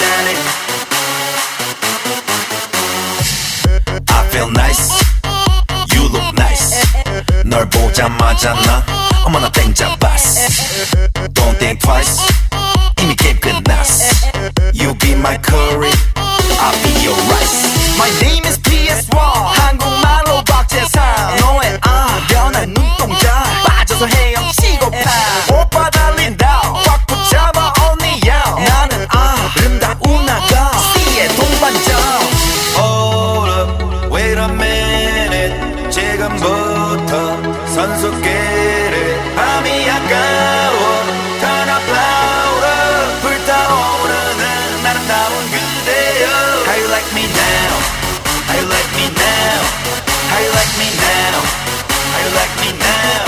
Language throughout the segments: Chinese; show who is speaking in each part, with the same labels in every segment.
Speaker 1: Daddy. I feel nice. You look nice. 널 보자마자 나 어머나 땡자 봤어. Don't think twice. 이미 게임 끝났어. You be my curry. I'll be your rice. My name is PS1. 한국말로 박재상. 너의 아 변한 눈동자 빠져서 헤엄치고 파. 오빠 달린다. 꽉 붙잡아 언니야. 나는 아름다운 아가. 씨의 동반자. Hold up, wait a minute. 지금부터 선수 끼리 밤이 아까워. Turn up louder. 불타오르는 아름다운 그대여. How you like me now? How you like me now? How you like me now? How you like me now?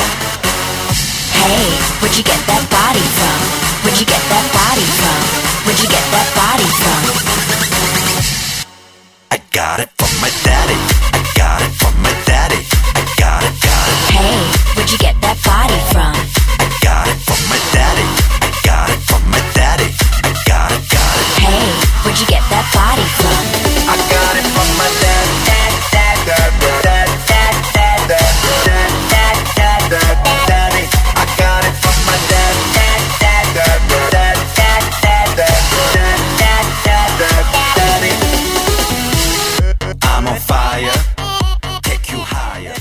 Speaker 2: Hey, where'd you get that body from? Where'd you get that body from? Where'd you get that body from?
Speaker 1: I got it from my daddy. I got it from my daddy. I got it, got it.
Speaker 2: Hey, where'd you get that body from?
Speaker 1: I got it from my daddy. I got it from my daddy. I got it, got it.
Speaker 2: Hey, where'd you get that body from?
Speaker 1: I got it from my dad. Dad, dad, dad, dad, dad, dad, dad, dad, dad, dad, dad, daddy. I got it from my dad. Dad, dad, dad, dad, dad, dad, dad, dad, dad, dad, dad, daddy. I'm on fire. Take you higher.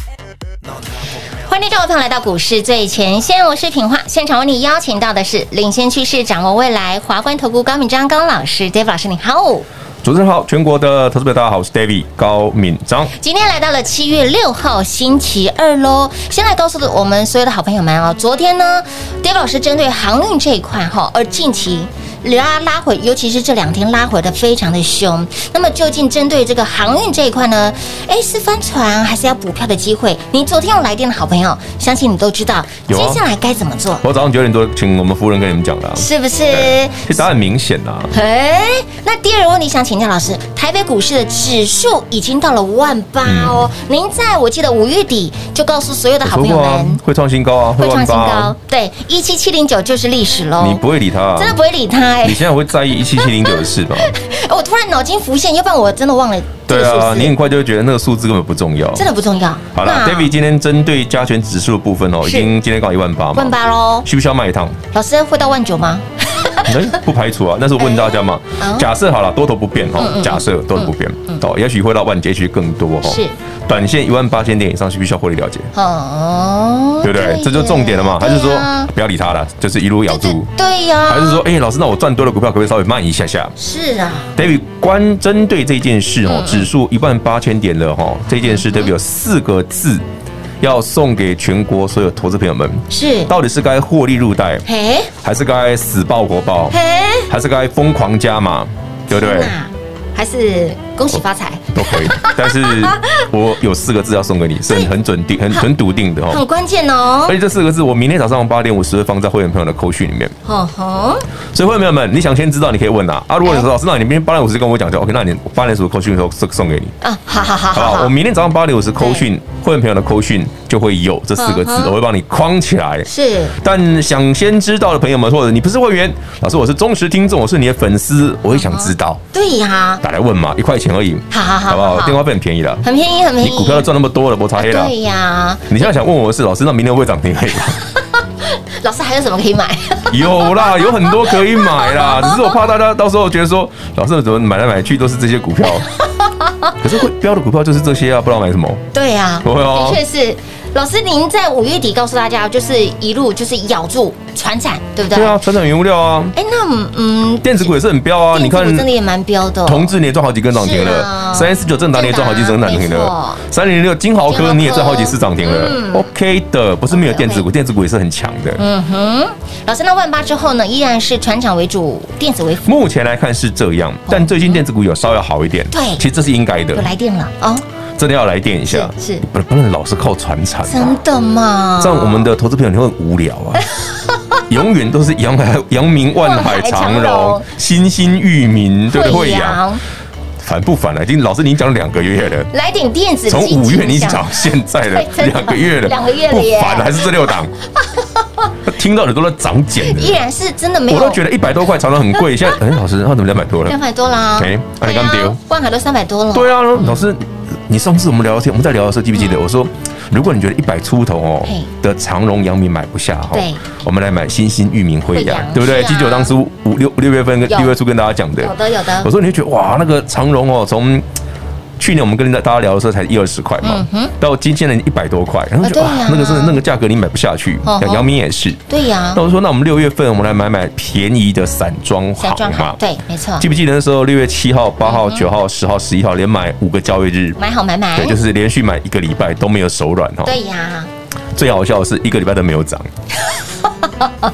Speaker 3: 欢迎各位朋友来到股市最前线，我是品化。现场为你邀请到的是领先趋势、掌握未来华冠投顾高敏章高老师，Dave 老师，你好。
Speaker 4: 主持人好，全国的投资者大家好，我是 David 高敏章。
Speaker 3: 今天来到了七月六号星期二喽。先来告诉我们所有的好朋友们哦，昨天呢，Dave 老师针对航运这一块哈、而近期。拉拉回，尤其是这两天拉回的非常的凶。那么究竟针对这个航运这一块呢？哎，是翻船还是要补票的机会？你昨天有来电的好朋友，相信你都知道，接
Speaker 4: 有啊
Speaker 3: 下来该怎么做，
Speaker 4: 我早上九点多请我们夫人跟你们讲的、啊，
Speaker 3: 是不
Speaker 4: 对
Speaker 3: 是？
Speaker 4: 其实答案很明显啊，
Speaker 3: 哎，那第二个问题想请教老师，台北股市的指数已经到了万八哦。
Speaker 4: 嗯
Speaker 3: 您在我记得五月底就告诉所有的好
Speaker 4: 说
Speaker 3: 朋友
Speaker 4: 过啊
Speaker 3: 们，，
Speaker 4: 会创新高啊，
Speaker 3: 会创
Speaker 4: 万
Speaker 3: 新
Speaker 4: 八
Speaker 3: 高
Speaker 4: 啊，，
Speaker 3: 对，一七七零九就是历史喽。
Speaker 4: 你不会理他、啊，
Speaker 3: 真的不会理他哎、
Speaker 4: 你现在会在意一七七零九的 事吧？
Speaker 3: 我突然脑筋浮现，要不然我真的忘了这
Speaker 4: 对
Speaker 3: 个数
Speaker 4: 啊，
Speaker 3: 字，
Speaker 4: 你很快就会觉得那个数字根本不重要。
Speaker 3: 真的不重要。
Speaker 4: 好了
Speaker 3: 那
Speaker 4: ，David 今天针对加权指数的部分哦，
Speaker 3: 是
Speaker 4: 已经今天刚好一万八嘛，
Speaker 3: 万八喽，
Speaker 4: 需不需要卖一趟？
Speaker 3: 老师会到万九吗？
Speaker 4: 哎，不排除啊。但是我问大家嘛
Speaker 3: 哎哦，嗯
Speaker 4: 假设好了，多头不变哈，假设多头不变哦，也许会到万，也许更多哈。
Speaker 3: 是，
Speaker 4: 短线一万八千点以上需不需要获利了结？
Speaker 3: 哦，
Speaker 4: 对不对
Speaker 3: 耶？
Speaker 4: 这就重点了嘛。还是
Speaker 3: 对
Speaker 4: 说
Speaker 3: 啊
Speaker 4: 不要理他了，就是一路咬
Speaker 3: 对
Speaker 4: 住？
Speaker 3: 对呀、
Speaker 4: 还是说，哎，老师，那我赚多的股票可不可以稍微慢一下下
Speaker 3: 是啊，
Speaker 4: ？David 关针对这件事
Speaker 3: 嗯
Speaker 4: 哦，指数一万八千点了哈，这件事 David 有四个字要送给全国所有投资朋友们，
Speaker 3: 是，
Speaker 4: 到底是该获利入袋，
Speaker 3: 嘿，
Speaker 4: 还是该死抱活抱，
Speaker 3: 嘿。
Speaker 4: 还是该疯狂加码，对不对
Speaker 3: 天？哪还是恭喜发财，
Speaker 4: 都 可以，但是我有四个字要送给你，是很很准定、很很笃定的
Speaker 3: 很
Speaker 4: 哦。
Speaker 3: 关键哦
Speaker 4: 而。且这四个字，我明天早上八点五十会放在会员朋友的扣讯里面。
Speaker 3: 吼吼，
Speaker 4: 所以，会员朋友们，你想先知道，你可以问啊。啊，
Speaker 3: 哎
Speaker 4: 如果你说老师，那你明天八点五十跟我讲就 OK，那你八点五十扣讯的时候送送给你，
Speaker 3: 啊，好好好
Speaker 4: 好不
Speaker 3: 好
Speaker 4: 好？
Speaker 3: 好，
Speaker 4: 我明天早上八点五十扣讯，会员朋友的扣讯就会有这四个字
Speaker 3: 嗯，哼
Speaker 4: 我会帮你框起来。
Speaker 3: 是
Speaker 4: 但想先知道的朋友们，或者你不是会员，老师我是忠实听众，我是你的粉丝，我也想知道，
Speaker 3: 对呀，
Speaker 4: 打来问嘛，一块钱而已，
Speaker 3: 好好好
Speaker 4: 好不
Speaker 3: 好
Speaker 4: 好？
Speaker 3: 好
Speaker 4: 电话费很便宜的，
Speaker 3: 很便宜，很便
Speaker 4: 你
Speaker 3: 宜。
Speaker 4: 股票都赚那么多了，不擦黑了。
Speaker 3: 对呀，
Speaker 4: 你现在想问我的是，老师，那明天会不会涨停可以吗？
Speaker 3: 老师还有什么可以买？
Speaker 4: 有啦，有很多可以买啦，只是我怕大家到时候觉得说，老师怎么买来买去都是这些 股票，可是会标的股票就是这些啊，不知道买什么。
Speaker 3: 对呀，
Speaker 4: 对 哦
Speaker 3: 的确是。老师，您在五月底告诉大家，就是一路就是咬住船产，对不对？
Speaker 4: 对啊，船长原物料啊，
Speaker 3: 哎，那嗯，
Speaker 4: 电子股也是很飙啊，你
Speaker 3: 电子股
Speaker 4: 看
Speaker 3: 真的也蛮标的哦，
Speaker 4: 同志你也赚好几根涨停
Speaker 3: 是啊
Speaker 4: 了，三四九正达你也赚好几根涨停
Speaker 3: 正达没
Speaker 4: 了
Speaker 3: 错，
Speaker 4: 三零六金豪
Speaker 3: 金豪
Speaker 4: 科
Speaker 3: 科
Speaker 4: 你也赚好几次涨停
Speaker 3: 嗯
Speaker 4: 了，OK 的，不是没有电子股，电子股也是很强的。
Speaker 3: 嗯哼，老师，那万八之后呢，依然是船厂为主，电子为辅，
Speaker 4: 目前来看是这样，但最近电子股有稍微好一点，
Speaker 3: 哦对
Speaker 4: 其实这是应该的
Speaker 3: 有，来电了哦，
Speaker 4: 真的要来电一下，
Speaker 3: 是是
Speaker 4: 不不能老是靠传产啊，
Speaker 3: 真的吗？
Speaker 4: 这样我们的投资朋友你会很无聊啊。永远都是阳海、阳明、万海、
Speaker 3: 万
Speaker 4: 长
Speaker 3: 海长荣
Speaker 4: 荣、欣欣、裕民，对不对？
Speaker 3: 惠
Speaker 4: 惠阳
Speaker 3: 阳
Speaker 4: 反不啊反了？已经老师您讲两个月了，
Speaker 3: 来点电子，
Speaker 4: 从
Speaker 3: 积
Speaker 4: 五
Speaker 3: 极
Speaker 4: 月你
Speaker 3: 影响
Speaker 4: 讲到现在
Speaker 3: 真的
Speaker 4: 的两个月了，
Speaker 3: 两个月了
Speaker 4: 不
Speaker 3: 耶
Speaker 4: 烦了，还是这 六档，听到耳朵都长茧了
Speaker 3: 依。然是真的没有，
Speaker 4: 我都觉得一百多块常常很贵，现在哎，老师，那怎么两百多了
Speaker 3: 两？百多哦啦，
Speaker 4: 哎啊你
Speaker 3: 对
Speaker 4: 刚丢
Speaker 3: 啊，万海都三百多了，
Speaker 4: 对啊，老师，你上次我们聊天，我们在聊的时候记不记得？我说，如果你觉得一百出头哦
Speaker 3: 嗯嘿
Speaker 4: 的长荣、阳明买不下哦
Speaker 3: 对，
Speaker 4: 我们来买新兴、裕民、惠阳
Speaker 3: 惠阳，
Speaker 4: 对不对？
Speaker 3: 是啊
Speaker 4: 记得我当初五六六月份跟
Speaker 3: 有
Speaker 4: 六月初跟大家讲的
Speaker 3: 有，的有的
Speaker 4: 我，说你会觉得哇，那个长荣哦，从去年我们跟大家聊的时候才一二十块嘛
Speaker 3: 嗯，哼
Speaker 4: 到今天的一百多块，然后就觉得
Speaker 3: 啊
Speaker 4: 哇
Speaker 3: 对啊，
Speaker 4: 那个真的那个价格你买不下去
Speaker 3: 哦吼，
Speaker 4: 阳明也是。
Speaker 3: 对呀
Speaker 4: 那，我说，那我们六月份我们来买买便宜的散装
Speaker 3: 小
Speaker 4: 行
Speaker 3: 赚
Speaker 4: 嘛
Speaker 3: 好，，对，没错
Speaker 4: 记，不记得那时候六月七号、八号、九号、十号、十一号连买五个交易日，
Speaker 3: 嗯买好买买
Speaker 4: 对，，就是连续买一个礼拜都没有手软哦。
Speaker 3: 对呀，
Speaker 4: 最好笑的是一个礼拜都没 有涨。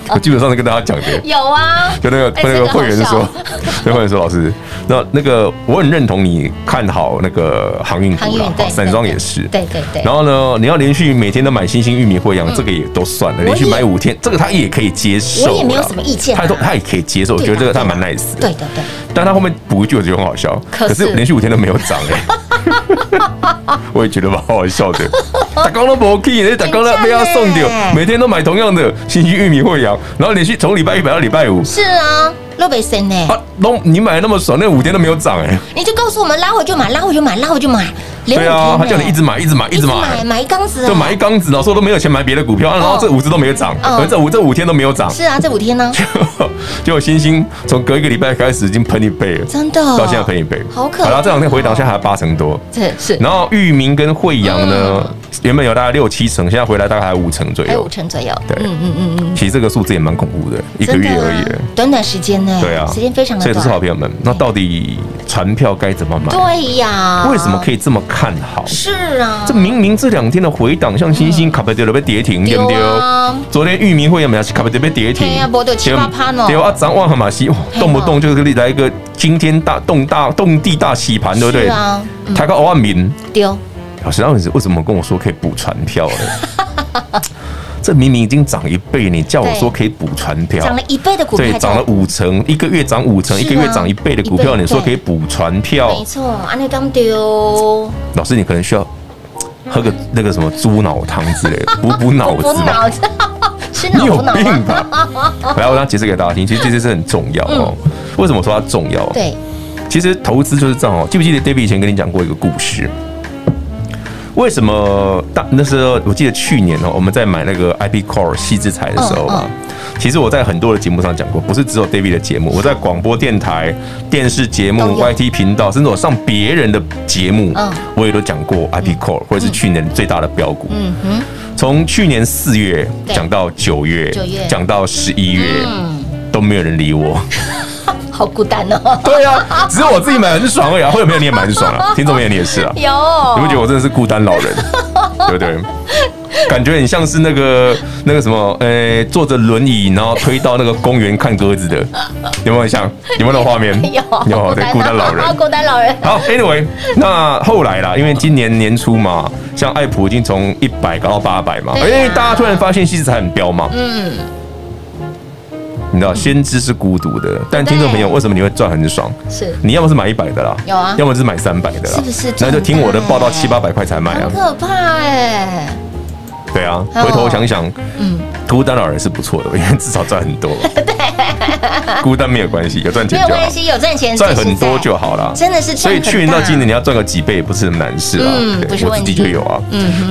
Speaker 4: 我基本上是跟大家讲的，
Speaker 3: 有啊，
Speaker 4: 就那个
Speaker 3: 哎
Speaker 4: 那
Speaker 3: 这个
Speaker 4: 个
Speaker 3: 好
Speaker 4: 会员
Speaker 3: 笑
Speaker 4: 说，那会员说老师，那那个我很认同你看好那个航运
Speaker 3: 航
Speaker 4: 股
Speaker 3: 运
Speaker 4: 啦，
Speaker 3: 对，
Speaker 4: 好散
Speaker 3: 对
Speaker 4: 装
Speaker 3: 对
Speaker 4: 也是。
Speaker 3: 对对对，
Speaker 4: 然后呢，你要连续每天都买星星、玉米、惠阳，这个也都算了，连续买五天，这个他也可以接受啦，
Speaker 3: 我也没有什么意见啊
Speaker 4: 他都他也可以接受，我
Speaker 3: 对
Speaker 4: 觉得这个
Speaker 3: 啦
Speaker 4: 他蛮
Speaker 3: 对啊
Speaker 4: nice 的。
Speaker 3: 对对对，
Speaker 4: 但他后面补一句，我觉得很好笑，
Speaker 3: 可
Speaker 4: 可
Speaker 3: 是
Speaker 4: 是连续五天都没有涨哎、 我也觉得蛮好笑的。打工都不 key，那打工都被他送
Speaker 3: 真
Speaker 4: 掉
Speaker 3: 的耶，
Speaker 4: 每天都买同样的星星玉米惠阳，然后连续从礼拜一买到礼拜五，
Speaker 3: 是啊，洛北森呢，
Speaker 4: 啊，都你买的那么爽，那五天都没有涨哎、
Speaker 3: 你就告诉我们拉回就买，拉回就买，拉回就买，连五
Speaker 4: 对啊，
Speaker 3: 哎天
Speaker 4: 他
Speaker 3: 呢
Speaker 4: 叫你一直买，一直买，一
Speaker 3: 一
Speaker 4: 直
Speaker 3: 直
Speaker 4: 买
Speaker 3: 买，买一缸子啊，
Speaker 4: 就买一缸子，然后说都没有钱买别的股票，啊
Speaker 3: 哦
Speaker 4: 然后这五只都没有涨，
Speaker 3: 嗯
Speaker 4: 而这五这五天都没有涨，
Speaker 3: 是啊，这五天呢，
Speaker 4: 结果星星从隔一个礼拜开始已经喷一倍了，
Speaker 3: 真的哦
Speaker 4: 到现在喷一倍，
Speaker 3: 好可怕哦
Speaker 4: 好了，这两天回档现在还八成多，
Speaker 3: 这是
Speaker 4: 然后域名跟惠阳呢，
Speaker 3: 嗯
Speaker 4: 原本有大概六七成，现在回来大概还五成左
Speaker 3: 还有五
Speaker 4: 右。
Speaker 3: 成左右，
Speaker 4: 哎对
Speaker 3: 嗯嗯嗯嗯，
Speaker 4: 其实这个数字也蛮恐怖的，一个
Speaker 3: 真的
Speaker 4: 月
Speaker 3: 啊
Speaker 4: 而已。
Speaker 3: 短短时间呢，
Speaker 4: 对啊，
Speaker 3: 时间非常的
Speaker 4: 所以这
Speaker 3: 短，
Speaker 4: 是好朋友们，那到底船票该怎么买？
Speaker 3: 对啊呀，
Speaker 4: 为什么可以这么看好？
Speaker 3: 是啊，
Speaker 4: 这明明这两天的回档，像星星卡贝丢了被跌停，对不对
Speaker 3: 嗯对啊？
Speaker 4: 昨天域名会有没有卡贝丢被跌停
Speaker 3: 对啊？没就七八趴呢哎
Speaker 4: 对啊，咱万和马西，哇
Speaker 3: 嘿
Speaker 4: 动不动就是来一个惊天大动大动地大洗盘，对不对
Speaker 3: 是啊？哦
Speaker 4: 抬高万民，
Speaker 3: 丢，
Speaker 4: 老师，那你为什么跟我说可以补船票呢？ 这明明已经涨一倍，你叫我说可以补船票，
Speaker 3: 涨了一倍的股
Speaker 4: 啊对，
Speaker 3: 票，
Speaker 4: 涨了五成，一个月涨五成，
Speaker 3: 是
Speaker 4: 一
Speaker 3: 啊
Speaker 4: 个月涨一倍的股
Speaker 3: 一
Speaker 4: 票，
Speaker 3: 倍
Speaker 4: 你说可以补船票
Speaker 3: 没，错，啊安内刚丢，
Speaker 4: 老师，你可能需要喝个那个什么猪脑汤之类的，补补 脑
Speaker 3: 补
Speaker 4: 子嘛
Speaker 3: 嗯脑。子，吃
Speaker 4: 你
Speaker 3: 脑
Speaker 4: 有
Speaker 3: 补脑吗
Speaker 4: 病吧？来，我来解释给大家听，其实这件事很重要哦。
Speaker 3: 嗯
Speaker 4: 为什么说它重要？，
Speaker 3: 对，
Speaker 4: 其实投资就是这样哦。记不记得 David 以前跟你讲过一个故事？为什么大那时候我记得去年哦，我们在买那个 IP Core 细制材的时候
Speaker 3: 嗯
Speaker 4: 啊，其实我在很多的节目上讲过，不是只有 David 的节目，我在广播电台、电视节目
Speaker 3: 都、有
Speaker 4: YT 频道，甚至我上别人的节目，
Speaker 3: 嗯
Speaker 4: 我也都讲过 IP Core 或者是去年最大的标股。
Speaker 3: 嗯哼，
Speaker 4: 从去年四月
Speaker 3: 对
Speaker 4: 讲到九月
Speaker 3: 九月，嗯
Speaker 4: 讲到十一月，都没有人理我。
Speaker 3: 好孤单哦，
Speaker 4: 对啊，只有我自己买很爽而已啊，会有没有你也蛮爽 啊，听众朋友你也是啊，
Speaker 3: 有，
Speaker 4: 你不觉得我真的是孤单老 人，对不对？感觉很像是那个那个什么，呃、坐着轮椅然后推到那个公园看鸽子的，有没有很像？有没有那种画面？
Speaker 3: 有
Speaker 4: 有对，孤单 老人。
Speaker 3: 哦孤单老人，
Speaker 4: 好，Anyway，那后来啦，因为今年年初嘛，像艾普已经从一百搞到八百嘛，
Speaker 3: 对啊
Speaker 4: 因
Speaker 3: 呀
Speaker 4: 为大家突然发现西子还很彪嘛，嗯，你知道先知是孤独的，但听众朋友，为什么你会赚很爽？
Speaker 3: 是
Speaker 4: 你要么是买一百的啦，
Speaker 3: 有啊
Speaker 4: 要么是买三百的啦，
Speaker 3: 是不是
Speaker 4: 那就听我的
Speaker 3: 赚
Speaker 4: 报到
Speaker 3: 翻
Speaker 4: 七八百块才买啊
Speaker 3: 很，可怕哎，
Speaker 4: 对啊，
Speaker 3: 哦
Speaker 4: 回头想想，
Speaker 3: 嗯，
Speaker 4: 孤单老人是不错的，因为至少赚 很多，孤单没有关系，有赚
Speaker 3: 没
Speaker 4: 钱
Speaker 3: 有
Speaker 4: 就好
Speaker 3: 关，系，有赚钱
Speaker 4: 赚很多
Speaker 3: 就
Speaker 4: 就好啦。
Speaker 3: 真的是
Speaker 4: 所
Speaker 3: 赚
Speaker 4: 以
Speaker 3: 很大，
Speaker 4: 去年到今年，你要赚个几倍也不是很难事啊。
Speaker 3: 嗯
Speaker 4: 对
Speaker 3: 不是
Speaker 4: 我
Speaker 3: 问
Speaker 4: 自
Speaker 3: 题嗯
Speaker 4: 己就有啊。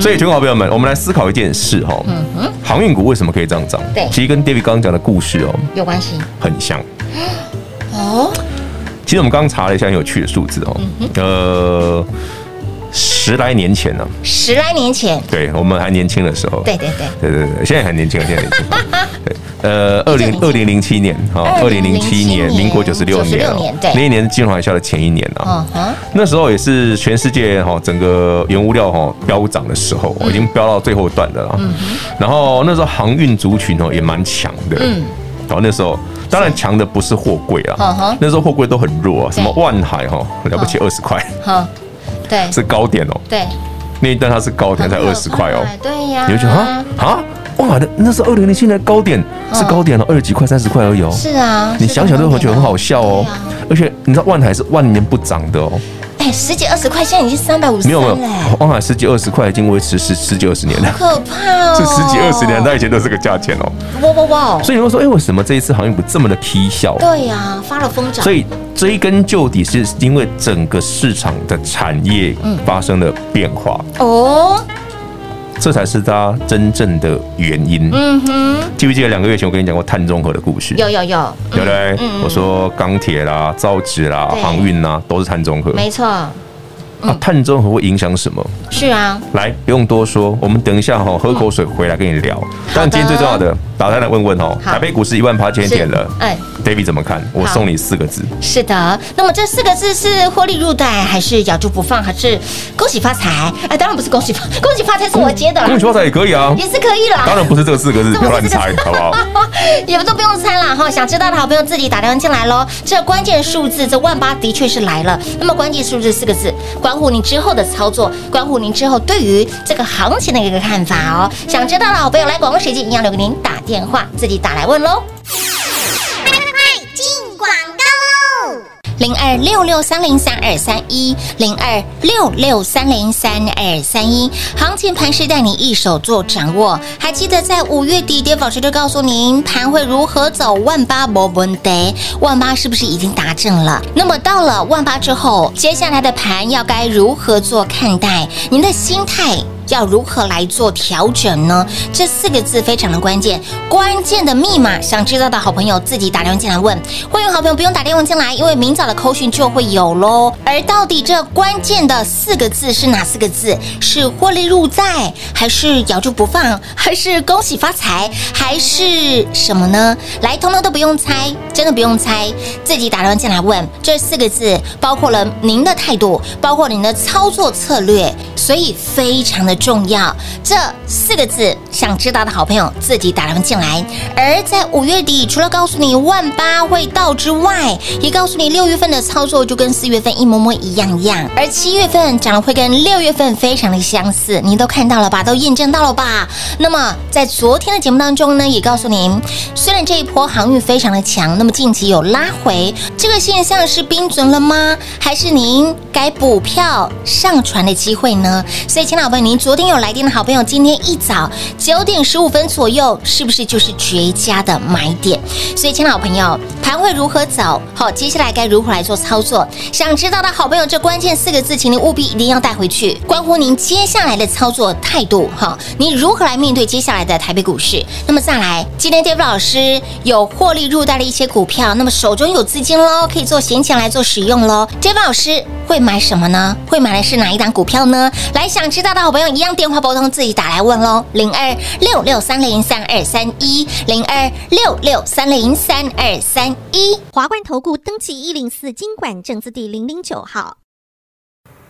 Speaker 4: 所以，全国好朋友们，我们来思考一件事哦哈。航运股为什么可以这样涨？
Speaker 3: 对
Speaker 4: 其实跟 David 刚刚讲的故事哦
Speaker 3: 有关系
Speaker 4: 很像。
Speaker 3: 哦，嗯
Speaker 4: 其实我们刚刚查了一下很有趣的数字哦，呃，十来年前呢、
Speaker 3: 十来年前，
Speaker 4: 对我们还年轻的时候，
Speaker 3: 对对对，
Speaker 4: 对对对，现在还年轻，现在年轻。对， 呃，二
Speaker 3: 一九零七
Speaker 4: 零二零零七年，哦，二零零七年，
Speaker 3: 年
Speaker 4: 民国九十六年
Speaker 3: 96
Speaker 4: 哦
Speaker 3: 年对，
Speaker 4: 那一年是金融海啸的前一年
Speaker 3: 嗯
Speaker 4: 啊。
Speaker 3: 哼，
Speaker 4: 那时候也是全世界哈整个原物料哈飙涨的时候，已经飙到最后段的了。啊然后那时候航运族群哦也蛮强的。嗯。然后那时候当然强的不是货柜
Speaker 3: 嗯哼
Speaker 4: 啊，那时候货柜都很弱啊，什么
Speaker 3: 对
Speaker 4: 万海哈了不起二十块
Speaker 3: 好，对
Speaker 4: 是高点哦，
Speaker 3: 对，
Speaker 4: 那一段它是高点才
Speaker 3: 很可
Speaker 4: 二十块哦
Speaker 3: 怕。对呀，
Speaker 4: 你会觉得
Speaker 3: 嗯
Speaker 4: 啊啊哇，那那是二零零七年的高点，是高点了，二十几块、三十块而已哦。
Speaker 3: 是啊，
Speaker 4: 你
Speaker 3: 是
Speaker 4: 想想都
Speaker 3: 高
Speaker 4: 会
Speaker 3: 点
Speaker 4: 觉得很好笑哦
Speaker 3: 对啊。
Speaker 4: 而且你知道万海是万年不涨的哦，
Speaker 3: 哎，十几二十块，现在已经三百五十
Speaker 4: 没有没有
Speaker 3: 了，，
Speaker 4: 万海十几二十块已经维持十十几二十年了
Speaker 3: 好。可怕哦，
Speaker 4: 这十几二十年，它以前都是这个价钱哦，
Speaker 3: 哇哇哇，
Speaker 4: 所以你会说，哎，为什么这一次航运股这么的蹊跷？
Speaker 3: 对呀，发了疯涨，
Speaker 4: 所以追根究底，是因为整个市场的产业
Speaker 3: 嗯
Speaker 4: 发生了变化，
Speaker 3: 哦，
Speaker 4: 这才是它真正的原因。
Speaker 3: 嗯哼，
Speaker 4: 记不记得两个月前我跟你讲过碳中和的故事？
Speaker 3: 有有嗯有，
Speaker 4: 对不对？我说钢铁啦、造纸啦、
Speaker 3: 对
Speaker 4: 航运啦，都是碳中和。
Speaker 3: 没错，
Speaker 4: 那碳中和会影响什么？
Speaker 3: 是啊，
Speaker 4: 来，不用多说，我们等一下哈、喝口水回来跟你聊。但今天最重要的，打开来问问哦，
Speaker 3: 好
Speaker 4: 台北股市一万八千点了
Speaker 3: 是哎，
Speaker 4: ，David 怎么看？我
Speaker 3: 好
Speaker 4: 送你四个字，
Speaker 3: 是的，那么这四个字是获利入袋，还是咬住不放，还是恭喜发财？哎，当然不是恭喜发，恭喜发财是我接的啦，
Speaker 4: 恭喜发财也可以啊，
Speaker 3: 也是可以啦。
Speaker 4: 当然不是这四个字，
Speaker 3: 这
Speaker 4: 不要
Speaker 3: 不
Speaker 4: 乱
Speaker 3: 是这
Speaker 4: 猜，好不好？
Speaker 3: 也都不用猜了哈，想知道的好朋友自己打电话进来喽。这关键数字，这万八的确是来了。那么关键数字四个字，关乎您之后的操作，关乎您之后对于这个行情的一个看法哦。想知道的好朋友来广告时间一样留给您打电话，自己打来问喽。零二六六三零三二三一，零二六六三零三二三一，行情盘势带你一手做掌握。还记得在五月底，跌宝石就告诉您盘会如何走，万八不问得，万八是不是已经达阵了？那么到了万八之后，接下来的盘要该如何做看待？您的心态要如何来做调整呢？这四个字非常的关键，关键的密码，想知道的好朋友自己打电话进来问。会员好朋友不用打电话进来，因为明早的扣讯就会有喽。而到底这关键的四个字是哪四个字？是获利入袋，还是咬住不放，还是恭喜发财，还是什么呢？来，通通都不用猜，真的不用猜，自己打电话进来问。这四个字包括了您的态度，包括您的操作策略，所以非常的重要。这四个字，想知道的好朋友自己打电话进来。而在五月底，除了告诉你万八会到之外，也告诉你六月份的操作就跟四月份一模模一样样，而七月份涨得会跟六月份非常的相似，您都看到了吧？都验证到了吧？那么在昨天的节目当中呢，也告诉您，虽然这一波航运非常的强，那么近期有拉回，这个现象是冰存了吗？还是您该补票上船的机会呢？所以，亲爱的朋友，您昨天有来电的好朋友，今天一早九点十五分左右，是不是就是绝佳的买点？所以，亲爱的朋友，盘会如何走？好，接下来该如何来做操作？想知道的好朋友，这关键四个字，请您务必一定要带回去，关乎您接下来的操作态度。哈，你如何来面对接下来的台北股市？那么再来，今天 Dave 老师有获利入袋的一些股票，那么手中有资金喽，哦可以做闲钱来做使用喽。Dave 老师会买什么呢？会买的是哪一档股票呢？来，想知道的好朋友一样电话拨通，自己打来问喽，零二六六三零三二三一，零二六六三零三二三一。
Speaker 5: 华冠投顾登记一零四经管证字第零零九号。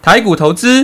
Speaker 6: 台股投资，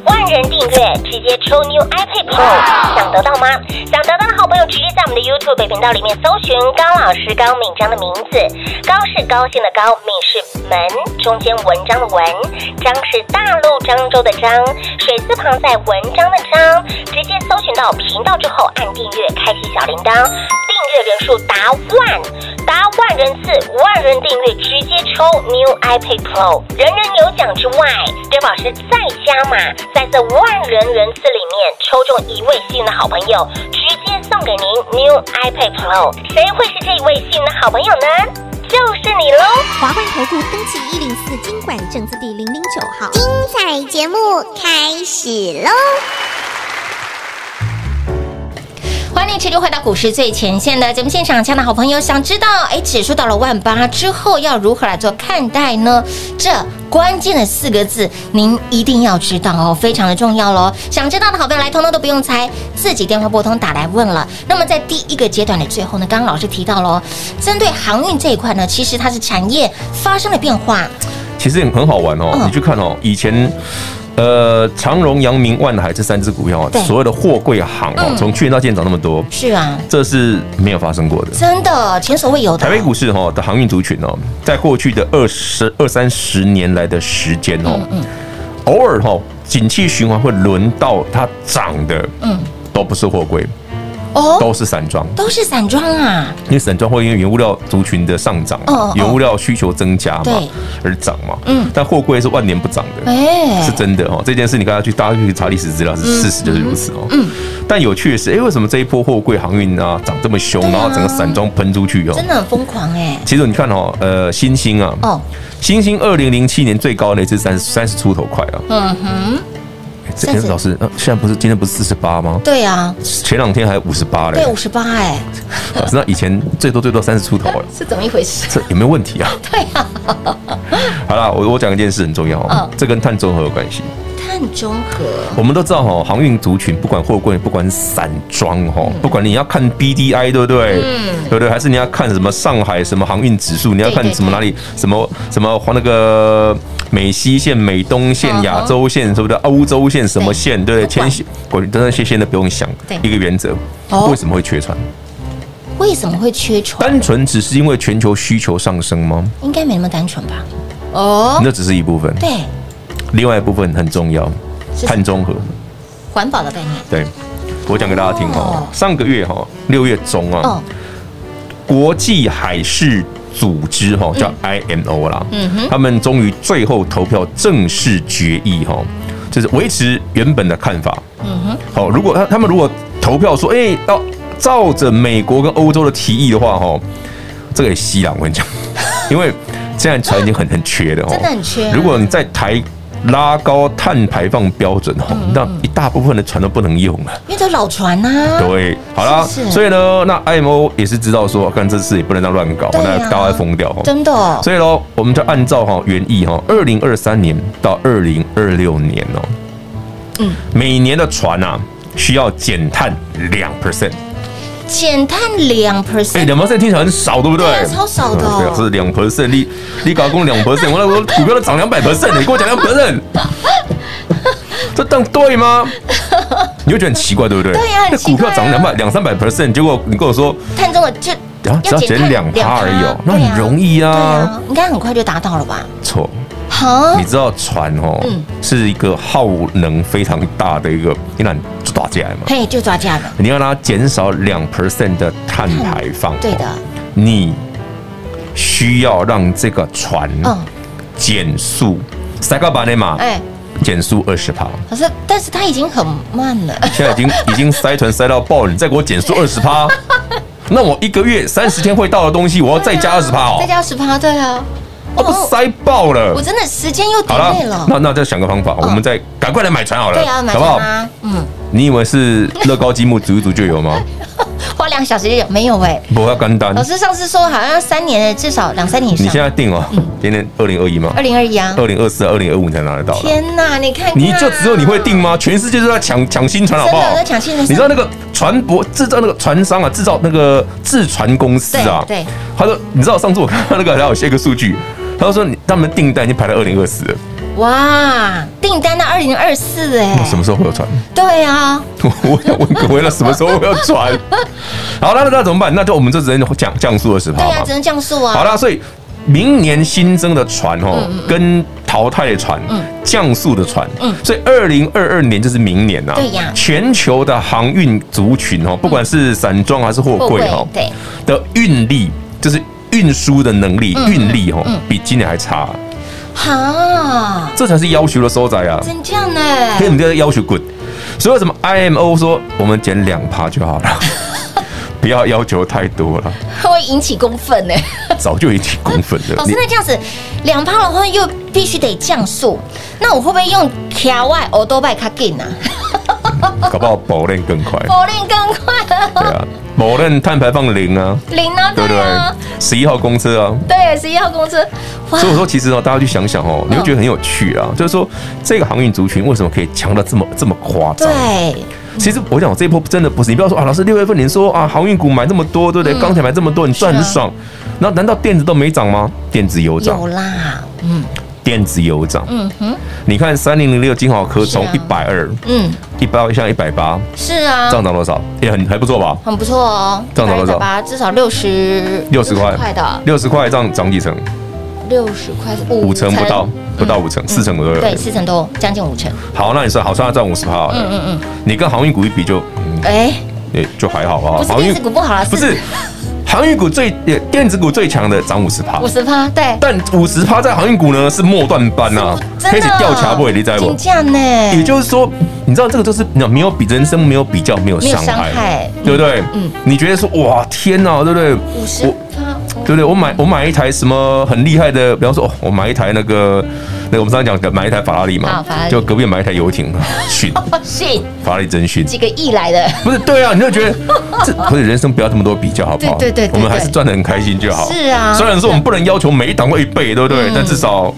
Speaker 7: 万人订阅，直接抽 New iPad Pro，想得到吗？想得到的好朋友，直接在我们的 YouTube 频道里面搜寻高老师高敏章的名字，高是高兴的高，敏是门，中间文章的文，章是大陆漳州的章，水字旁在文章的章，直接搜寻到频道之后按订阅，开启小铃铛，订阅人数达万。达万人次、万人订阅，直接抽 New iPad Pro，人人有奖之外，珍老师再加码，在这万人人次里面抽中一位幸运的好朋友，直接送给您 New iPad Pro。谁会是这一位幸运的好朋友呢？就是你喽！
Speaker 5: 华冠投顾登记一零四经管证字第零零九号。
Speaker 8: 彩节目开始喽！
Speaker 3: 欢迎持续回到股市最前线的节目现场，亲爱的好朋友，想知道哎，指数到了万八之后要如何来做看待呢？这关键的四个字，您一定要知道哦，非常的重要喽。想知道的好朋友来，通通都不用猜，自己电话拨通打来问了。那么在第一个阶段的最后呢，刚刚老师提到喽，针对航运这一块呢，其实它是产业发生了变化，
Speaker 4: 其实也很好玩哦，
Speaker 3: 嗯
Speaker 4: 你去看哦，以前。呃，长荣、阳明、万海这三只股票啊
Speaker 3: 对，
Speaker 4: 所有的货柜行哦
Speaker 3: 嗯，
Speaker 4: 从去年到现在涨那么多，
Speaker 3: 是啊，
Speaker 4: 这是没有发生过的。
Speaker 3: 真的前所未有的。
Speaker 4: 台北股市哈的航运族群哦，在过去的二十二三十年来的时间哦，
Speaker 3: 嗯
Speaker 4: 偶尔哈景气循环会轮到它涨的，嗯，都不是货柜，
Speaker 3: 哦，
Speaker 4: 都是散装，
Speaker 3: 都是散装啊，
Speaker 4: 因为散装会因为原物料族群的上涨
Speaker 3: 哦哦
Speaker 4: 嘛，原物料需求增加嘛
Speaker 3: 对
Speaker 4: 而涨嘛，
Speaker 3: 嗯
Speaker 4: 嗯，但货柜是万年不涨的，
Speaker 3: 哎，
Speaker 4: 是真的哦，这件事你刚才去大家去查历史资料是事实就是如此哦。嗯，但有趣的是，哎，为什么这一波货柜航运啊涨这么凶，
Speaker 3: 对啊
Speaker 4: 然后整个散装喷出去哦？
Speaker 3: 真的很疯狂哎。
Speaker 4: 其实你看哦，呃，星星啊，
Speaker 3: 哦，
Speaker 4: 星星二零零七年最高那次三三十出头块啊。
Speaker 3: 嗯哼，
Speaker 4: 哎这
Speaker 3: 30
Speaker 4: 老师，呃，现在不是今天不是四十八吗？
Speaker 3: 对啊，
Speaker 4: 前两天还五十八嘞
Speaker 3: 对，五。十八哎，
Speaker 4: 老师，那以前最多最多三十出头了，
Speaker 3: 是怎么一回事？
Speaker 4: 这有没有问题啊？
Speaker 3: 对啊，
Speaker 4: 好啦，我我讲一件事很重要哦
Speaker 3: 嗯，
Speaker 4: 这跟碳中和有关系。
Speaker 3: 碳中和，
Speaker 4: 我们都知道哈，航运族群不管货柜，不管散装哈，不管你要看 BDI 对不对？
Speaker 3: 嗯
Speaker 4: 对不对？还是你要看什么上海什么航运指数？你要看
Speaker 3: 对对
Speaker 4: 什么哪里什么什么那个美西线、美东线
Speaker 3: 嗯、哼
Speaker 4: 亚洲线，是不是？欧洲线什么线？对不对？
Speaker 3: 不管
Speaker 4: 前线，我真的些线都不用想
Speaker 3: 对，
Speaker 4: 一个原则
Speaker 3: 哦。
Speaker 4: 为什么会缺船？
Speaker 3: 为什么会缺船？
Speaker 4: 单纯只是因为全球需求上升吗？
Speaker 3: 应该没那么单纯吧？哦，
Speaker 4: 那只是一部分，
Speaker 3: 对，
Speaker 4: 另外一部分很重要
Speaker 3: 是，
Speaker 4: 碳中和。
Speaker 3: 环保的概念，
Speaker 4: 对，我讲给大家听
Speaker 3: 哦
Speaker 4: 哦。上个月哈，六月中啊
Speaker 3: 哦，，
Speaker 4: 国际海事组织哈叫 IMO 啦，
Speaker 3: 嗯哼
Speaker 4: 他们终于最后投票正式决议哈，就是维持原本的看法。嗯哼，好，如果他他们如果投票说，哎，要照着美国跟欧洲的提议的话，哈，这个也稀烂，我跟你讲，因为现在船已经很很缺的哦，
Speaker 3: 真的很缺啊
Speaker 4: 如果你在台拉高碳排放标准哦，
Speaker 3: 嗯
Speaker 4: 那一大部分的船都不能用了。
Speaker 3: 因为都老船啊呐，
Speaker 4: 对，好啦，
Speaker 3: 是是
Speaker 4: 所以呢，那 IMO 也是知道说，看这次也不能这样乱搞，
Speaker 3: 对啊
Speaker 4: 那大家会疯掉哈。
Speaker 3: 真的哦，
Speaker 4: 所以喽，我们就按照哈原意哈，二零二三年到二零二六年哦，
Speaker 3: 嗯，
Speaker 4: 每年的船啊需要减碳两 percent，
Speaker 3: 减碳两
Speaker 4: 哎，
Speaker 3: percent，
Speaker 4: 两 percent 听起来很少，对不对？
Speaker 3: 对啊超少的哦
Speaker 4: 嗯对啊是两 percent，你你搞共两 percent，我那我股票都涨两百 percent，你跟我讲两 percent，这当对吗？你会觉得很奇怪，对不对？
Speaker 3: 对啊很
Speaker 4: 那
Speaker 3: 奇
Speaker 4: 股
Speaker 3: 怪啊
Speaker 4: 票涨两百两三百 percent，结果你跟我说。
Speaker 3: 碳中和就
Speaker 4: 啊，只要减两趴而已哦，那很容易
Speaker 3: 啊对
Speaker 4: 啊。
Speaker 3: 啊，应该很快就达到了吧？
Speaker 4: 错，
Speaker 3: 好
Speaker 4: 你，知道船哦
Speaker 3: 嗯，
Speaker 4: 是一个耗能非常大的一个，你看就打起来嘛。
Speaker 3: 嘿，就抓架了，
Speaker 4: 你要让它减少两 percent 的碳排放，
Speaker 3: 嗯对的，
Speaker 4: 你需要让这个船
Speaker 3: 嗯，
Speaker 4: 减速，塞个板的嘛，
Speaker 3: 哎，
Speaker 4: 减速二十趴。
Speaker 3: 可是但是它已经很慢了，
Speaker 4: 现在已经已经塞船塞到爆了，你再给我减速二十趴，那我一个月三十天会到的东西，我要再加二十趴哦
Speaker 3: 再，加十趴，对啊，
Speaker 4: 那不塞爆了
Speaker 3: 我。真的时间又
Speaker 4: 呃好
Speaker 3: delay
Speaker 4: 了
Speaker 3: 了，。嗯
Speaker 4: 那那再想个方法，我们再赶快来买船好了，
Speaker 3: 对啊，买
Speaker 4: 好不
Speaker 3: 船
Speaker 4: 好？
Speaker 3: 啊，嗯，
Speaker 4: 你以为是乐高积木组一组就有 吗？
Speaker 3: 花两小时就有没有哎？
Speaker 4: 不要干单
Speaker 3: 老，师上次说好像三年至少两三年以
Speaker 4: 嗯你
Speaker 3: 上
Speaker 4: 现，在定哦，今天二零二一吗
Speaker 3: 二？零嗯二一啊，
Speaker 4: 二零二四、二零二五才拿得到啦。
Speaker 3: 天哪，你看看，啊
Speaker 4: 你就只有你会定吗？全世界都在抢抢新船，好不
Speaker 3: 真
Speaker 4: 好
Speaker 3: 的？在抢新船
Speaker 4: 你知道那个船舶制造那个船商啊，制造那个制船公司啊，
Speaker 3: 对对，
Speaker 4: 他说，你知道上次我看到那个，还有一个数据，他说你他们的订单已经排到二零二四了，
Speaker 3: 哇，订单到二零二四哎
Speaker 4: 那，什么时候会有船？
Speaker 3: 对啊，
Speaker 4: 我我要问各位，那什么时候会有 船？好，那那那怎么办？那就我们就只能降降速的时候
Speaker 3: 对啊，
Speaker 4: 嘛
Speaker 3: 只能降速啊。嗯
Speaker 4: 好啦，所以明年新增的船哦，跟淘汰的船、降速的船，所以二零二二年就是明年呐、
Speaker 3: 嗯对呀
Speaker 4: 全球的航运族群哦，不管是散装还是货柜哦
Speaker 3: 货，柜
Speaker 4: 的运力就是运输的能
Speaker 3: 嗯
Speaker 4: 力，运力哦，比今年还差，
Speaker 3: 哈，
Speaker 4: 这才是要求的所在啊。
Speaker 3: 真这样哎呢？
Speaker 4: 所以我们就要要求 good，所以为什么 IMO 说我们减两趴就好 了，不要要求太多了，
Speaker 3: 会引起公愤呢。
Speaker 4: 早就已经公愤了
Speaker 3: 老。师，那这样子，两趴的话又必须得降速，那我会不会用卡外欧多拜卡进啊？
Speaker 4: 搞不好保练更快。
Speaker 3: 否令更快，
Speaker 4: 对啊，某任碳排放零啊，
Speaker 3: 零啊，
Speaker 4: 对不
Speaker 3: 哦对
Speaker 4: 对
Speaker 3: 啊，？
Speaker 4: 十一号公车啊，
Speaker 3: 对，十一号公车，哇嗯
Speaker 4: 所以我说其实哦，大家去想想哦，你会觉得很有趣啊，就是说这个航运族群为什么可以强的这么这么夸张？
Speaker 3: 对，
Speaker 4: 其实我讲我这一波真的不是，你不要说啊，老师六月份你说啊航运股买这么多，
Speaker 3: 嗯
Speaker 4: 对不对？钢铁买这么多，你赚
Speaker 3: 啊
Speaker 4: 很爽，那难道电子都没涨吗？电子有涨
Speaker 3: 有，啦，
Speaker 4: 电子有涨，嗯哼，你看三零零六金豪科从
Speaker 3: 是啊
Speaker 4: 一百二，
Speaker 3: 嗯，
Speaker 4: 一包像一百八，
Speaker 3: 是啊，
Speaker 4: 上涨多少？也很还不错吧？
Speaker 3: 很不错哦，
Speaker 4: 这样涨多少
Speaker 3: 吧，至少六十
Speaker 4: 六十块
Speaker 3: 的，
Speaker 4: 六十块这样涨几成？
Speaker 3: 六十块是五嗯
Speaker 4: 五成不到，不到五成，四成左右。
Speaker 3: 对，四成多，将近五成，
Speaker 4: 好，那你算好，算它占五十趴。嗯嗯嗯，你跟航运股一比就，嗯，
Speaker 3: 哎，
Speaker 4: 也就还好啊。
Speaker 3: 不是
Speaker 4: 航运
Speaker 3: 电子股不好啦，
Speaker 4: 不是航运股最也电子股最强的涨五十趴
Speaker 3: 五，十趴，对，
Speaker 4: 但五十趴在航运股呢是末段班呐，
Speaker 3: 真的
Speaker 4: 开始掉卡位，你知道不
Speaker 3: 竞？价呢，
Speaker 4: 也就是说，你知道这个就是你知道没有比人生没有比较没有
Speaker 3: 没有
Speaker 4: 伤
Speaker 3: 伤
Speaker 4: 害，
Speaker 3: 害，
Speaker 4: 对不对？嗯，你觉得说哇天哪，对不对？
Speaker 3: 五十
Speaker 4: 我
Speaker 3: 趴，
Speaker 4: 对不对？我买我买一台什么很厉害的，比方说，哦，我买一台那个那个我们上次讲的买一台法拉利嘛
Speaker 3: 啊法拉，利
Speaker 4: 就隔壁买一台游艇，逊
Speaker 3: 哦，信
Speaker 4: 法拉利真逊。
Speaker 3: 几个亿来的，
Speaker 4: 不是对啊，你就觉 得这不是人生不要这么多比较，好不好？
Speaker 3: 对对对对
Speaker 4: 我们还是赚的很开心就好。
Speaker 3: 是啊嗯
Speaker 4: 虽然说我们不能要求每一档都一倍，对不对？但至少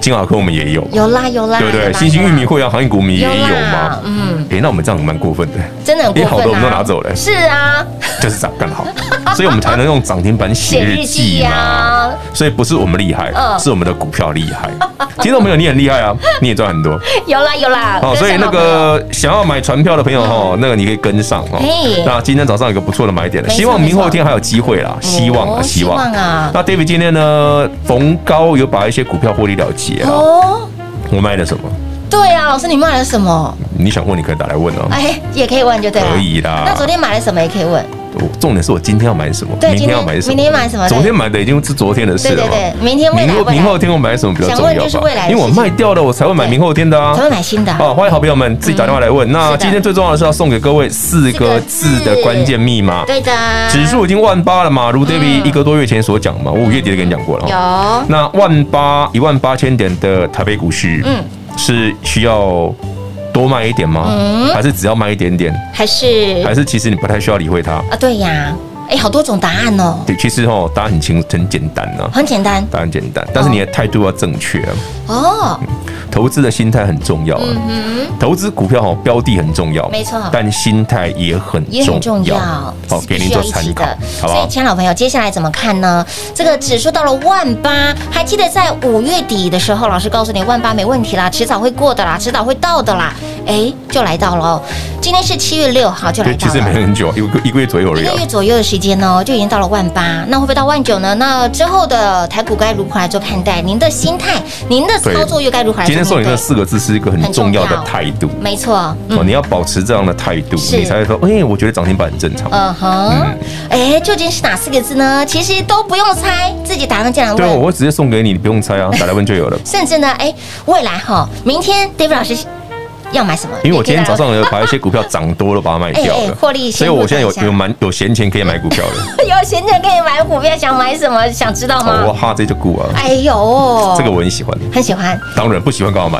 Speaker 4: 金好科我们也有，
Speaker 3: 有啦有啦，
Speaker 4: 对不
Speaker 3: 有
Speaker 4: 对？
Speaker 3: 啦
Speaker 4: 新兴玉米会啊，行业股我们也
Speaker 3: 有啦
Speaker 4: 有嘛
Speaker 3: 啦。嗯，
Speaker 4: 哎，那我们这样蛮过分的，
Speaker 3: 真的很过
Speaker 4: 因
Speaker 3: 分啊，
Speaker 4: 为好的我们都拿走了
Speaker 3: 是啊，
Speaker 4: 就是涨更好，所以我们才能用涨停板写 日记
Speaker 3: 写日记
Speaker 4: 嘛
Speaker 3: 啊。
Speaker 4: 所以不是我们厉害，
Speaker 3: 嗯
Speaker 4: 是我们的股票厉害。其实我们有你很厉害啊，你也赚很多。
Speaker 3: 有啦有啦，
Speaker 4: 哦，
Speaker 3: 跟
Speaker 4: 所以
Speaker 3: 上
Speaker 4: 那
Speaker 3: 好朋友嗯
Speaker 4: 个想要买船票的朋友哈，那个你可以跟上哦
Speaker 3: 嘿。
Speaker 4: 那今天早上有个不错的买点了，
Speaker 3: 没错
Speaker 4: 希望明后天还有机会啦，希望啊，
Speaker 3: 哦
Speaker 4: 希望
Speaker 3: 希望啊
Speaker 4: 那 David 今天呢，逢高有把一些股票获利了结啊。
Speaker 3: 哦，
Speaker 4: 我卖了什么？
Speaker 3: 对啊，老师你卖了什么？
Speaker 4: 你想问你可以打来问哦。
Speaker 3: 哎，也可以问就对了，
Speaker 4: 可以啊啦
Speaker 3: 那昨天买了什么也可以问，
Speaker 4: 我重点是我今天要买什么，
Speaker 3: 对
Speaker 4: 明天要买什么，
Speaker 3: 今天明天买什么对
Speaker 4: 昨天买的已经是昨天的事
Speaker 3: 对
Speaker 4: 了
Speaker 3: 对
Speaker 4: 嘛。
Speaker 3: 对，明天啊未
Speaker 4: 明
Speaker 3: 来
Speaker 4: 后
Speaker 3: 未
Speaker 4: 明后
Speaker 3: 来
Speaker 4: 天我买什么比较重
Speaker 3: 想
Speaker 4: 要
Speaker 3: 问就是
Speaker 4: 吧
Speaker 3: 未来？的
Speaker 4: 因为我
Speaker 3: 事情
Speaker 4: 卖掉了，我才会买
Speaker 3: 对
Speaker 4: 明后天的啊。
Speaker 3: 才会买新的啊，
Speaker 4: 哦，欢迎好朋友们自己打电话来问。那
Speaker 3: 是的
Speaker 4: 今天最重要的是要送给各位四
Speaker 3: 四
Speaker 4: 个
Speaker 3: 个
Speaker 4: 字
Speaker 3: 字
Speaker 4: 的关键密码。
Speaker 3: 对的，嗯
Speaker 4: 指数已经万八了嘛，如 David 一个多月前所讲嘛，我五月底就跟你讲过了哦。
Speaker 3: 有
Speaker 4: 那万八一万八千点的台北股市，
Speaker 3: 嗯
Speaker 4: 是需要多卖一点吗？
Speaker 3: 嗯
Speaker 4: 还是只要卖一点点？
Speaker 3: 还是
Speaker 4: 还是其实你不太需要理会它？
Speaker 3: 啊对呀，哎，好多种答案哦，
Speaker 4: 对，其实哦，答案很清很简单啊，
Speaker 3: 很简单
Speaker 4: 答案简单，但是你的态度要正确啊。
Speaker 3: 哦，
Speaker 4: 投资的心态很重要、啊。投资股票哦，标的很重要，
Speaker 3: 嗯没错
Speaker 4: 但心态也很
Speaker 3: 也很重要，
Speaker 4: 好、
Speaker 3: 是
Speaker 4: 哦给
Speaker 3: 必
Speaker 4: 您
Speaker 3: 须
Speaker 4: 做
Speaker 3: 要一
Speaker 4: 参
Speaker 3: 起
Speaker 4: 考
Speaker 3: 的。，
Speaker 4: 好不
Speaker 3: 所以，
Speaker 4: 好？
Speaker 3: 亲爱的老朋友，接下来怎么看呢？这个指数到了万八，还记得在五月底的时候，老师告诉你万八没问题啦，迟早会过的啦，迟早会到的啦。哎，就来到了哦。今天是七月六号，就来
Speaker 4: 对，其
Speaker 3: 到
Speaker 4: 实没
Speaker 3: 了。
Speaker 4: 很久，一个一个月左右而
Speaker 3: 一
Speaker 4: 已、
Speaker 3: 个
Speaker 4: 啊
Speaker 3: 月。左右的时间呢，就已经到了万八，那会不会到万九呢？那之后的台股该如何来做看待？您的心态，您的操作又该如何来
Speaker 4: 今
Speaker 3: 做
Speaker 4: 天送
Speaker 3: 面
Speaker 4: 你这
Speaker 3: 对？
Speaker 4: 四个字是一个很重要
Speaker 3: 很重要
Speaker 4: 的态度。
Speaker 3: 没错，
Speaker 4: 哦，你要保持这样的态度，
Speaker 3: 嗯是
Speaker 4: 你才会说，哎、我觉得涨停板很正常。
Speaker 3: 嗯哼，哎，究竟是哪四个字呢？其实都不用猜，自己答案进来
Speaker 4: 对啊，
Speaker 3: 问。
Speaker 4: 我会直接送给你，你不用猜 啊，打来问就有了。
Speaker 3: 甚至呢，哎，未来哈，明天 David 老师要买什么？
Speaker 4: 因为我今天早
Speaker 3: 也
Speaker 4: 上有把一些股票涨多了，把它卖掉
Speaker 3: 哎哎
Speaker 4: 了，
Speaker 3: 获利
Speaker 4: 所
Speaker 3: 先
Speaker 4: 以我现在有
Speaker 3: 入场一下
Speaker 4: 有蛮有闲钱可以买股票了。
Speaker 3: 可以来 有闲钱可以买股票，想买什么想知道
Speaker 4: 哦，我
Speaker 3: 吗？
Speaker 4: 哈这就股啊，
Speaker 3: 哎呦，
Speaker 4: 这个我很喜欢，
Speaker 3: 很喜欢，
Speaker 4: 当然不喜欢干嘛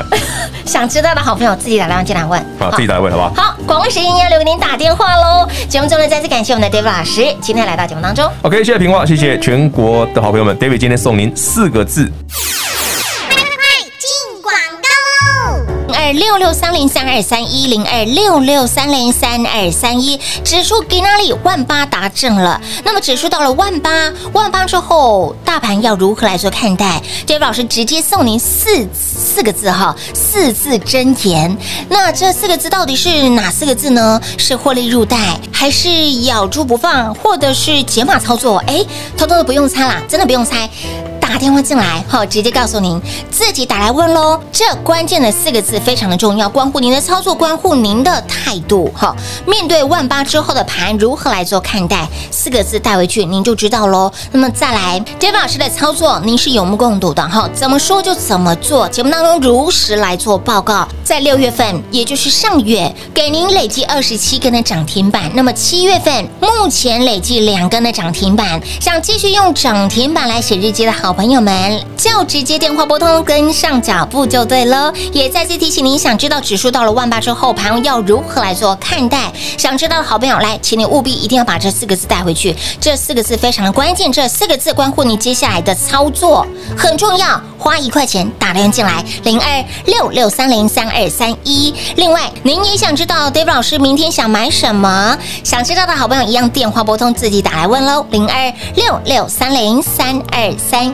Speaker 3: 想知道的好朋友自己打电话进来问。
Speaker 4: 买啊？自己打来问好不好？
Speaker 3: 好，广卫时间要留给您打电话喽。节目中呢，再次感谢我们的 David 老师今天来到节目当中。
Speaker 4: OK，谢谢平话，谢谢全国的好朋友们。David 今天送您四个字，
Speaker 8: 进广告喽！
Speaker 3: 二六六三零三二三一零二六六三零三二三一，指数给哪里？万八达阵了。那么指数到了万八，万八之后，大盘要如何来做看待？Dave 老师直接送您四四个字哈，四字真言。那这四个字到底是哪四个字呢？是获利入袋，还是咬住不放，或者是解码操作？哎，通通都不用猜啦，真的不用猜。打电话进来，好，直接告诉您，自己打来问喽。这关键的四个字非常的重要，关乎您的操作，关乎您的态度。好，面对万八之后的盘如何来做看待，四个字带回去您就知道喽。那么再来，David 老师的操作您是有目共睹的哈，怎么说就怎么做，节目当中如实来做报告。在六月份，也就是上月，给您累计二十七根的涨停板。那么七月份目前累计两根的涨停板，想继续用涨停板来写日记的好朋友们，就直接电话拨通，跟上脚步就对喽。也再次提醒您，想知道指数到了万八之后盘要如何来做看待，想知道的好朋友来，请你务必一定要把这四个字带回去，这四个字非常的关键，这四个字关乎你接下来的操作，很重要。花一块钱打电话进来，零二六六三零三二三一。另外，您也想知道 Dave 老师明天想买什么？想知道的好朋友一样电话拨通，自己打来问喽，零二六六三零三二三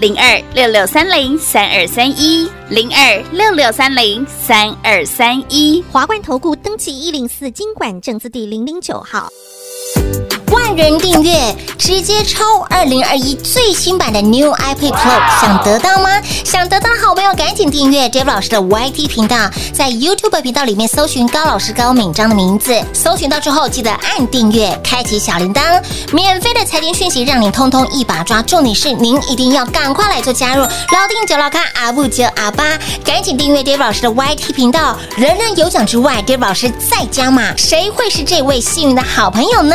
Speaker 9: 零二六六三零三二三一零二六六三零三二三一。
Speaker 5: 华冠投顾登记一零四经管证字第零零九号。
Speaker 3: 万人订阅，直接抽二零二一最新版的 New iPad Pro，想得到吗？想得到的好朋友赶紧订阅 Dave 老师的 YT 频道，在 YouTube 频道里面搜寻高老师高敏章的名字，搜寻到之后记得按订阅，开启小铃铛，免费的财经讯息让你通通一把抓。重点是您一定要赶快来做加入，老定九老咖阿布九阿八，赶紧订阅 Dave 老师的 YT 频道，人人有奖之外，Dave 老师再加码，谁会是这位幸运的好朋友呢？